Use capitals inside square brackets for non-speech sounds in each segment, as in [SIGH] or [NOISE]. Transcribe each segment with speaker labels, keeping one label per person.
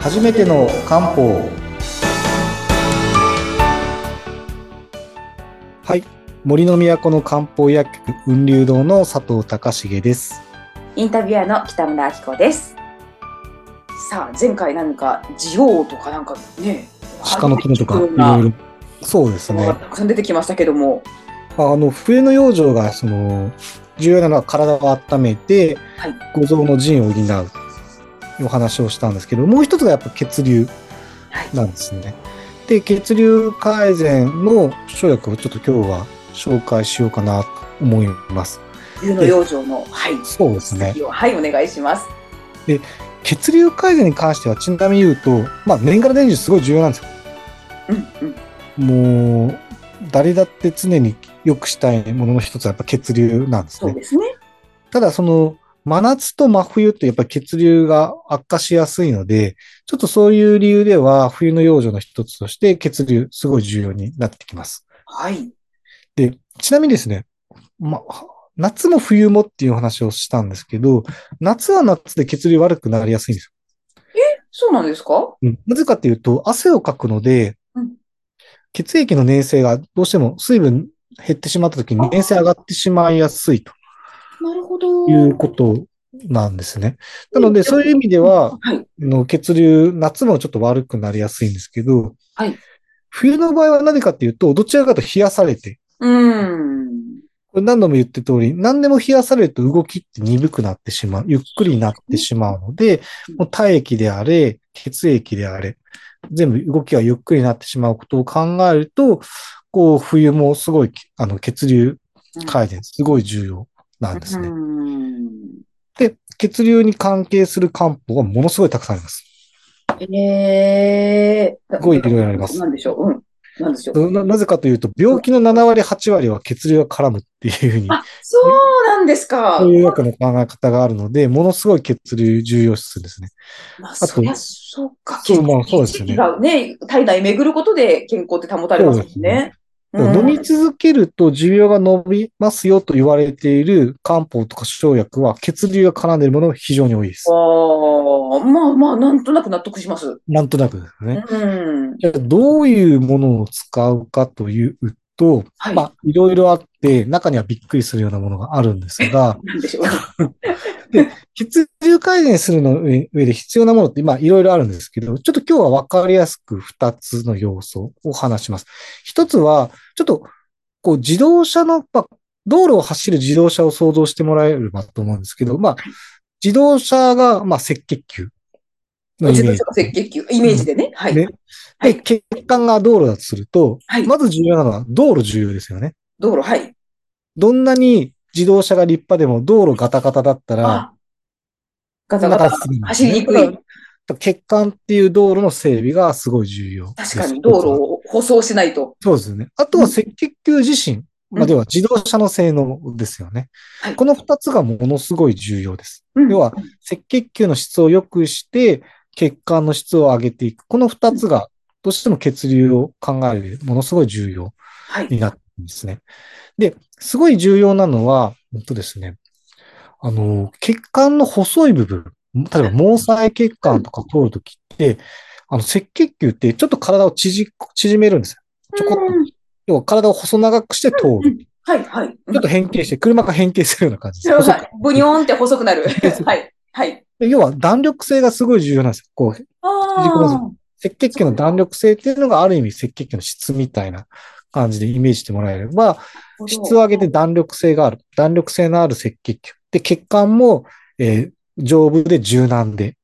Speaker 1: 初めての漢方はい森の都の漢方薬局雲龍堂の佐藤隆重です
Speaker 2: インタビュアーの北村明子です。さあ、前回なんか、ジオウとかなんかね、
Speaker 1: 鹿の肝とかいろいろそうですね
Speaker 2: たくさん出てきましたけども、
Speaker 1: あの冬の養生がその重要なのは体を温めて
Speaker 2: はい
Speaker 1: 五臓の腎を補うお話をしたんですけどもう一つがやっぱ血流
Speaker 2: はい
Speaker 1: なんですね。で血流改善の生薬をちょっと今日は紹介しようかなと思います。
Speaker 2: 冬の養生の、はい、
Speaker 1: そうですね。
Speaker 2: 次をはい、お願いします。
Speaker 1: 血流改善に関してはちなみに言うと、まあ、年がら年中すごい重要なんですよ。
Speaker 2: うんうん、
Speaker 1: もう誰だって常に良くしたいものの一つはやっぱ血流なんです
Speaker 2: そう
Speaker 1: ね。
Speaker 2: ですね。
Speaker 1: ただその真夏と真冬ってやっぱり血流が悪化しやすいので、ちょっとそういう理由では冬の養生の一つとして血流すごい重要になってきます。
Speaker 2: はい、
Speaker 1: で、ちなみにですね、ま、夏も冬もっていうお話をしたんですけど、夏は夏で血流悪くなりやすいんです
Speaker 2: そうなんですか。
Speaker 1: よ。なぜかっていうと、汗をかくので
Speaker 2: うん、
Speaker 1: 血液の粘性がどうしても水分減ってしまった時に粘性上がってしまいやすいと
Speaker 2: なるほど。
Speaker 1: いうことなんですね。なので、そういう意味では、
Speaker 2: はい、
Speaker 1: の血流、夏もちょっと悪くなりやすいんですけど、
Speaker 2: はい
Speaker 1: 冬の場合は何かっていうと、どちらかというと冷やされて、
Speaker 2: うーん、
Speaker 1: これ何度も言って通り、何でも冷やされると動きって鈍くなってしまう、ゆっくりになってしまうので
Speaker 2: うん、
Speaker 1: もう体液であれ、血液であれ、全部動きがゆっくりになってしまうことを考えると、こう、冬もすごい、あの、血流改善、すごい重要なんです
Speaker 2: う
Speaker 1: ね。
Speaker 2: ん。
Speaker 1: で、血流に関係する漢方がものすごいたくさんあります。
Speaker 2: えー、す
Speaker 1: ごいいろいろあります
Speaker 2: なんでしょう、うん、なんでしょう。
Speaker 1: ななぜかというと、病気の7割、8割は血流が絡むっていうふうに、
Speaker 2: あ、そうなんですか
Speaker 1: そう。いうわけの考え方があるので、ものすごい血流重要視するんですね。
Speaker 2: まあ、
Speaker 1: と
Speaker 2: そりゃそうか。
Speaker 1: そうまあそうですよね
Speaker 2: 血液がね、体内巡ることで健康って保たれますもんね。うん
Speaker 1: 飲み続けると寿命が伸びますよと言われている漢方とか生薬は血流が絡んでいるものが非常に多いです。
Speaker 2: ああ、まあまあ、なんとなく納得します。
Speaker 1: なんとなくです
Speaker 2: う
Speaker 1: ね。
Speaker 2: ん。
Speaker 1: じゃあどういうものを使うかというと、
Speaker 2: はい。
Speaker 1: まあ、いろいろあって、中にはびっくりするようなものがあるんですが、
Speaker 2: なん
Speaker 1: [LAUGHS]
Speaker 2: でしょう。
Speaker 1: 血流改善するの上上で必要なものって、まあ、いろいろあるんですけど、ちょっと今日は分かりやすく2つの要素を話します。一つは、ちょっと、こう、自動車の、まあ、道路を走る自動車を想像してもらえればと思うんですけど、まあ、自動車が、まあ、赤血球のイ
Speaker 2: 自
Speaker 1: メ
Speaker 2: 動
Speaker 1: ー
Speaker 2: 車の赤
Speaker 1: ジ。
Speaker 2: 血球、イメージでね。はい。
Speaker 1: ねで、血管が道路だとすると、
Speaker 2: はい
Speaker 1: まず重要なのは道路重要ですよね。
Speaker 2: 道路、はい。
Speaker 1: どんなに自動車が立派でも道路ガタガタだったら、
Speaker 2: あガタガタ。走りにくい。
Speaker 1: 血管っていう道路の整備がすごい重要です。
Speaker 2: 確かに道路を舗装しないと。
Speaker 1: そうですね。あとは赤血球自身、まあ、では自動車の性能ですよね。
Speaker 2: はい
Speaker 1: この二つがものすごい重要です。
Speaker 2: うん
Speaker 1: 要は、赤血球の質を良くして、血管の質を上げていく。この二つが、どうしても血流を考える上でものすごい重要
Speaker 2: はい。
Speaker 1: になってるんですね。で、すごい重要なのは、本当ですね、あの、血管の細い部分、例えば毛細血管とか通るときって、あの、赤血球ってちょっと体を縮縮めるんですよ。ちょこっと。
Speaker 2: うん
Speaker 1: 要は体を細長くして通る。
Speaker 2: はい、はい。
Speaker 1: ちょっと変形して、車が変形するような感じ
Speaker 2: うん
Speaker 1: です。
Speaker 2: はいブニョーンって細くな
Speaker 1: [LAUGHS]
Speaker 2: る。はい。はい。
Speaker 1: で要は弾力性がすごい重要なんですよ。こう、縮こま
Speaker 2: あ
Speaker 1: 赤血球の弾力性っていうのがある意味赤血球の質みたいな感じでイメージしてもらえれば、
Speaker 2: あ。
Speaker 1: 質を上げて弾力性がある。弾力性のある赤血球。で、血管も、えー丈夫で柔軟で、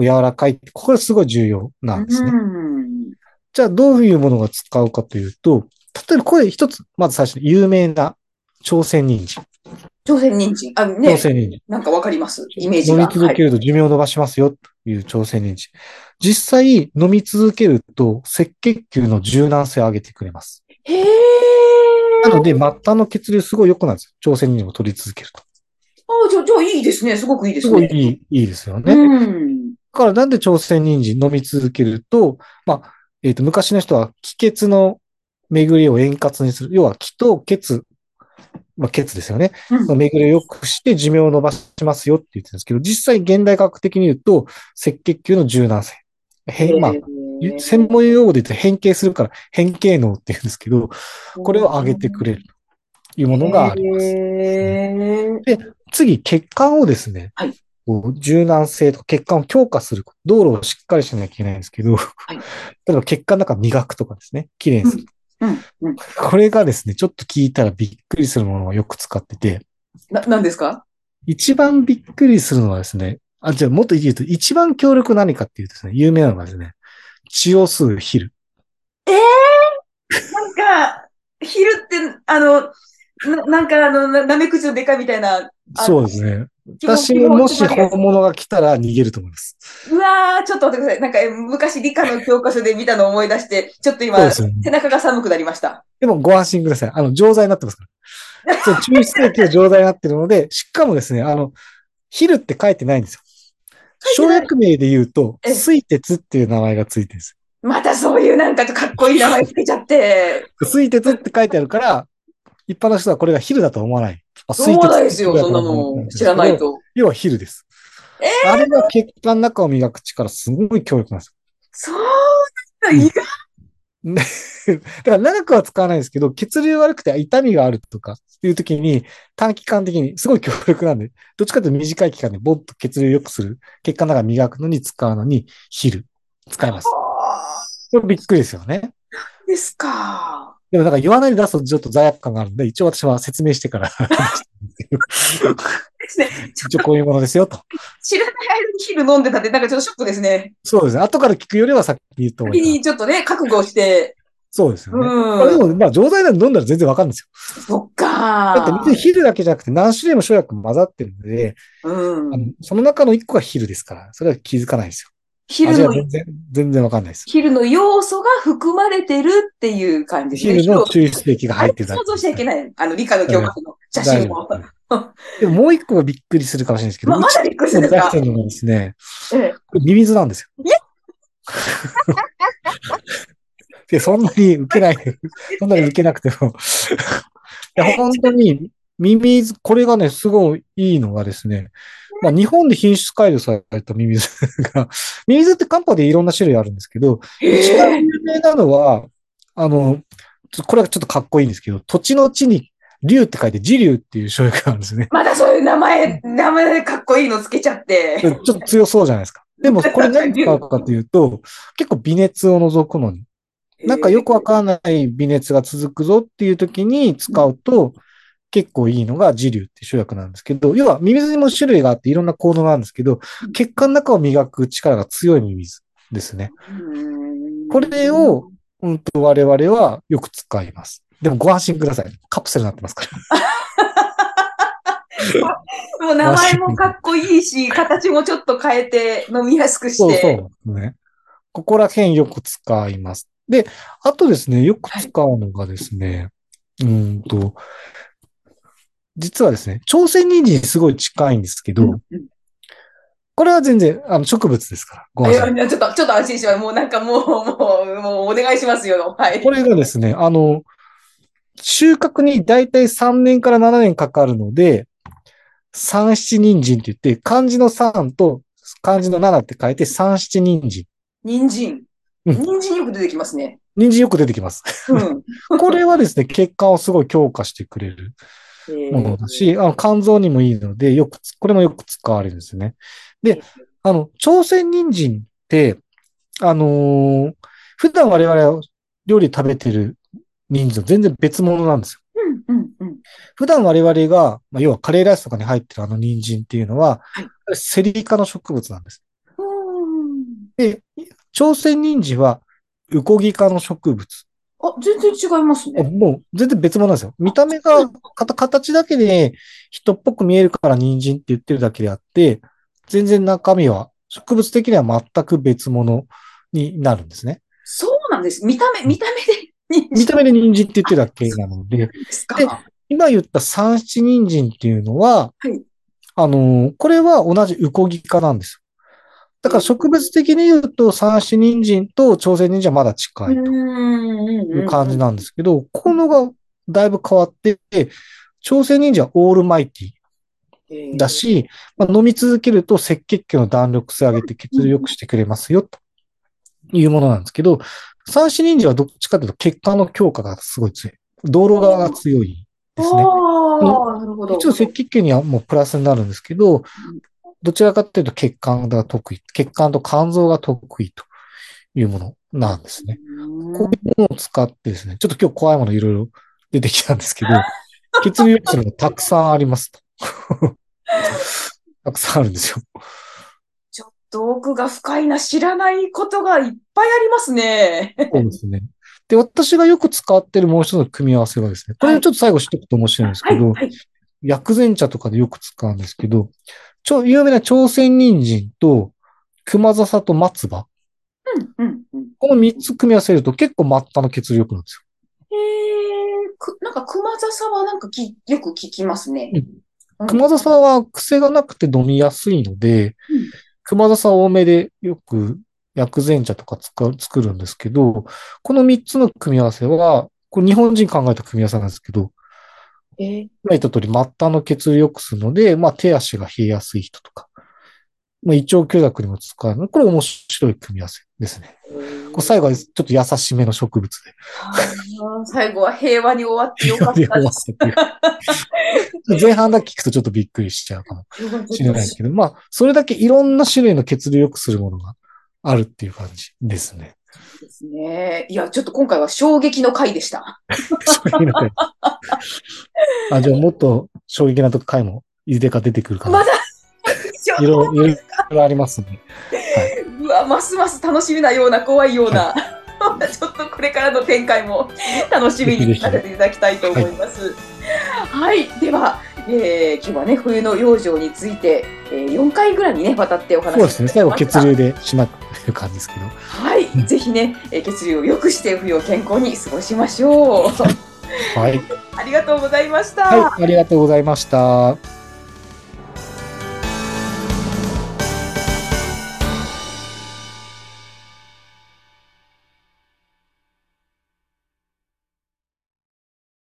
Speaker 1: 柔らかい。これすごい重要なんですね。
Speaker 2: うん。
Speaker 1: じゃあ、どういうものが使うかというと、例えばこれ一つ、まず最初に有名な朝鮮人参。
Speaker 2: 朝鮮人参。あ、ね
Speaker 1: 朝、鮮人参。
Speaker 2: なんかわかります。イメージ
Speaker 1: 飲
Speaker 2: が。
Speaker 1: み続けると寿命を伸ばしますよという朝鮮人参。実際、飲み続けると赤血球の柔軟性を上げてくれます。
Speaker 2: はい、へー。
Speaker 1: なので、末端の血流すごい良くなるんですよ。朝鮮人参を取り続けると。
Speaker 2: あじゃあ、じゃあいいですね。すごくいいですす
Speaker 1: ごい
Speaker 2: ね。
Speaker 1: いい、いいですよね。だ
Speaker 2: うん。
Speaker 1: からなんで朝鮮人参飲み続けると、まあ、えっ、と、昔の人は気血の巡りを円滑にする。要は気と血まあ、ケツですよね。
Speaker 2: うん
Speaker 1: まあ巡りを良くして寿命を伸ばしますよって言ってるんですけど、実際現代科学的に言うと、赤血球の柔軟性。変、まあ
Speaker 2: へ、ー
Speaker 1: 専門用語で言って変形するから変形能って言うんですけど、これを上げてくれるというものがあります。
Speaker 2: へー
Speaker 1: 次、血管をですね、
Speaker 2: はい
Speaker 1: こう柔軟性とか血管を強化すること、道路をしっかりしなきゃいけないんですけど、
Speaker 2: い
Speaker 1: 例えば血管の中磨くとかですね、きれいにする。
Speaker 2: うんうん
Speaker 1: これがですね、ちょっと聞いたらびっくりするものをよく使ってて、
Speaker 2: な、なんですか
Speaker 1: 一番びっくりするのはですね、あ、じゃあもっと言うと、一番強力何かっていうとですね、有名なのがですね、血を吸うヒル。
Speaker 2: なんか、昼って、あの、ななんか、あの、ななめくじのでかいみたいな。あ
Speaker 1: そうですね。
Speaker 2: 基本
Speaker 1: 私ももし
Speaker 2: 基本
Speaker 1: 本物が来たら逃げると思います。
Speaker 2: うわー、ちょっと待ってください。なんか、え昔理科の教科書で見たのを思い出して、ちょっと今
Speaker 1: そうで、すよね。
Speaker 2: 背中が寒くなりました。
Speaker 1: でもご安心ください。あの、錠剤になってますから。そう、抽出液が錠剤になってるので、 [LAUGHS] しかもですね、あの、ヒルって書いてないんですよ。
Speaker 2: 書
Speaker 1: 生
Speaker 2: いてない
Speaker 1: 薬名で言うと、
Speaker 2: え
Speaker 1: 水鉄っていう名前がついてるんです。
Speaker 2: またそういうなんかかっこいい名前つけちゃって。
Speaker 1: 水鉄って書いてあるから、一般の人はこれがヒルだとは思わない。あ
Speaker 2: そうなんですよ、
Speaker 1: 水鉄っ
Speaker 2: そ
Speaker 1: て書てある
Speaker 2: んない
Speaker 1: と思うん
Speaker 2: の。
Speaker 1: です
Speaker 2: 知
Speaker 1: けど
Speaker 2: らないと。
Speaker 1: 要はヒルです。あれが血管の中を磨く力、すごい強力なんです
Speaker 2: そうなんだ、意外。
Speaker 1: よ。だから長くは使わないんですけど、血流悪くて痛みがあるとかっていう時に、短期間的にすごい強力なんで、どっちかというと短い期間でボンと血流良くする、血管の中磨くのに使うのに、ヒル、使います。
Speaker 2: あ
Speaker 1: これびっくりですよね。
Speaker 2: ーですか。
Speaker 1: でもなんか言わないで出すとちょっと罪悪感があるんで、一応私は説明してから出したんです
Speaker 2: ですね。
Speaker 1: けど、一応こういうものですよと。
Speaker 2: 知らない間に昼飲んでたって、なんかちょっとショックですね。
Speaker 1: そうですね。後から聞くよりは先に言った方がい
Speaker 2: 先
Speaker 1: いかな。
Speaker 2: にちょっとね、覚悟して。
Speaker 1: そうですよ
Speaker 2: う
Speaker 1: ね。まあで
Speaker 2: ん。
Speaker 1: も、まあ、錠剤なんて飲んだら全然わかるんないですよ。
Speaker 2: そっか。
Speaker 1: だって別にヒルだけじゃなくて何種類も生薬混ざってるので、
Speaker 2: う
Speaker 1: あの
Speaker 2: ん。
Speaker 1: その中の一個がヒルですから、それは気づかないんですよ。
Speaker 2: 昼
Speaker 1: 味
Speaker 2: の
Speaker 1: は、全然、全然わかんないです。
Speaker 2: 昼の要素が含まれてるっていう感じ
Speaker 1: ヒ
Speaker 2: ですね。
Speaker 1: ルの
Speaker 2: 昼
Speaker 1: 抽出液が
Speaker 2: あ
Speaker 1: 入っ
Speaker 2: れ
Speaker 1: てるだ
Speaker 2: 想像しちゃいけ
Speaker 1: け。
Speaker 2: ない。あの、理科の教科書の写
Speaker 1: 大
Speaker 2: 真
Speaker 1: 丈
Speaker 2: を。
Speaker 1: 夫でももう一個がびっくりするかもしれないですけど、
Speaker 2: ままだびっくりする
Speaker 1: 出
Speaker 2: んですか
Speaker 1: してるのがですね、
Speaker 2: え
Speaker 1: これミミズなんですよ。でそんなに受けない、そんなに受けなくても。いや本当に、ミミズ、これがね、すごいいいのがですね、まあ、日本で品種改良されたミミズが、ミミズって漢方でいろんな種類あるんですけど、
Speaker 2: え
Speaker 1: 一番
Speaker 2: え
Speaker 1: 有名なのは、あの、ちょこれはちょっとかっこいいんですけど、土地の地に竜って書いて、地竜っていう醤油があるんですね。
Speaker 2: まだそういう名前、名前でかっこいいのつけちゃって
Speaker 1: ち。ょっと強そうじゃないですか。でも、これ何使うかというと、結構微熱を除くのに、なんかよくわかんない微熱が続くぞっていう時に使うと、結構いいのが磁流って主薬なんですけど、要はミミズにも種類があっていろんな効能があるんですけど、血管の中を磨く力が強いミミズですね。
Speaker 2: うん
Speaker 1: これを、うんと我々はよく使います。でもご安心ください。カプセルになってますから。
Speaker 2: もう名前もかっこいいし、形もちょっと変えて飲みやすくして。
Speaker 1: そうそう、ね。ここら辺よく使います。で、あとですね、よく使うのがですね、うーんと、実はですね、朝鮮人参にすごい近いんですけど、
Speaker 2: うん
Speaker 1: これは全然あの植物ですから、ご安
Speaker 2: え
Speaker 1: 心
Speaker 2: ーちょっと、ちょっと安心します。もうなんかもう、もう、もうお願いしますよ。はい。
Speaker 1: これがですね、あの、収穫にだいたい3年から7年かかるので、三七人参って言って、漢字の3と漢字の7って書いて三七人参。
Speaker 2: 人参。
Speaker 1: うん
Speaker 2: 人参よく出てきますね。
Speaker 1: 人参よく出てきます。
Speaker 2: うん。
Speaker 1: これはですね、血管をすごい強化してくれるものだし、あの肝臓にもいいので、よくつ、これもよく使われるんですね。で、あの、朝鮮人参って、あのー普段我々は料理食べてる人参と全然別物なんですよ。
Speaker 2: うん、うん、うん。
Speaker 1: 普段我々が、まあ、要はカレーライスとかに入ってるあの人参っていうのは、セリ科の植物なんです。
Speaker 2: うん
Speaker 1: で、朝鮮人参はウコギ科の植物。
Speaker 2: あ、全然違いますね。
Speaker 1: もう全然別物なんですよ。見た目が、かた形だけで人っぽく見えるから人参って言ってるだけであって、全然中身は、植物的には全く別物になるんですね。
Speaker 2: そうなんです。見た目、見た目で人参
Speaker 1: 見た目で人参って言ってるだけなので、
Speaker 2: ですか。
Speaker 1: 今言った三七人参っていうのは、
Speaker 2: はい
Speaker 1: あのーこれは同じウコギ科なんですよ。だから植物的に言うと三七人参と朝鮮人参はまだ近いと。
Speaker 2: うんうんうん
Speaker 1: いううん感じなんですけど、ここのがだいぶ変わって、朝鮮人参はオールマイティ
Speaker 2: えー
Speaker 1: だ、し、まあ、飲み続けると赤血球の弾力性を上げて血流を良くしてくれますよ、というものなんですけど、三子人参はどっちかというと血管の強化がすごい強い。道路側が強いですね。
Speaker 2: ああ、なるほど。
Speaker 1: 一応赤血球にはもうプラスになるんですけど、どちらかというと血管が得意、血管と肝臓が得意というものなんですね。
Speaker 2: うん
Speaker 1: こういうものを使ってですね、ちょっと今日怖いものいろいろ出てきたんです
Speaker 2: [LAUGHS]
Speaker 1: けど、血流するのがたくさんありますと。 [LAUGHS] たくさんあるんですよ。
Speaker 2: ちょっと奥が深いな、知らないことがいっぱいありますね。
Speaker 1: そうですね。で、私がよく使ってるもう一つの組み合わせはですね、これをちょっと最後知っとくと面白いんです
Speaker 2: は
Speaker 1: け
Speaker 2: い、
Speaker 1: ど、
Speaker 2: はい。
Speaker 1: 薬膳茶とかでよく使うんですけど、ちょ、有名な朝鮮人参と熊笹と松葉。
Speaker 2: うん、うん、うん。
Speaker 1: この三つ組み合わせると結構末端の血流良くなるんですよ。
Speaker 2: えー、く、なんか熊笹はなんかき、よく聞きますね。うん
Speaker 1: 熊笹は癖がなくて飲みやすいので
Speaker 2: うん、
Speaker 1: 熊笹多めでよく薬膳茶とか使う作るんですけど、この三つの組み合わせは、これ日本人考えた組み合わせなんですけど、
Speaker 2: えー、
Speaker 1: 今言った通り末端の血流を良くするので、まあ手足が冷えやすい人とか、まあ胃腸虚弱にも使えるので、これ面白い組み合わせですね。こう最後はちょっと優しめの植物で。
Speaker 2: あー最後は平和に終わって [LAUGHS] よかっ
Speaker 1: 終
Speaker 2: た
Speaker 1: わ
Speaker 2: で
Speaker 1: ら
Speaker 2: す。
Speaker 1: せて前半だけ聞くとちょっとびっくりしちゃうかもしれ
Speaker 2: [LAUGHS]
Speaker 1: ないけど、まあ、それだけいろんな種類の血流を良くするものがあるっていう感じです
Speaker 2: [LAUGHS]
Speaker 1: ね。
Speaker 2: ですね。いや、ちょっと今回は衝撃の回でした。
Speaker 1: そういうのであ、じゃあもっと衝撃なとこ回も、いずれか出てくるか
Speaker 2: ま
Speaker 1: な。
Speaker 2: だ、
Speaker 1: いろいろいろありますね。
Speaker 2: うわ、ますます楽しみなような、怖いような、 [LAUGHS] ちょっとこれからの展開も楽しみにさせていただきたいと思います。はい、では、えー今日はね、冬の養生について、え4回ぐらいにね、わたってお話し
Speaker 1: そうですね。最後
Speaker 2: しました
Speaker 1: 血流でしまってる感じですけど。
Speaker 2: はい、ぜひね、えー血流を良くして冬を健康に過ごし
Speaker 1: [LAUGHS]
Speaker 2: ましょう。
Speaker 1: はい。
Speaker 2: ありがとうございました。
Speaker 1: はい、ありがとうございました。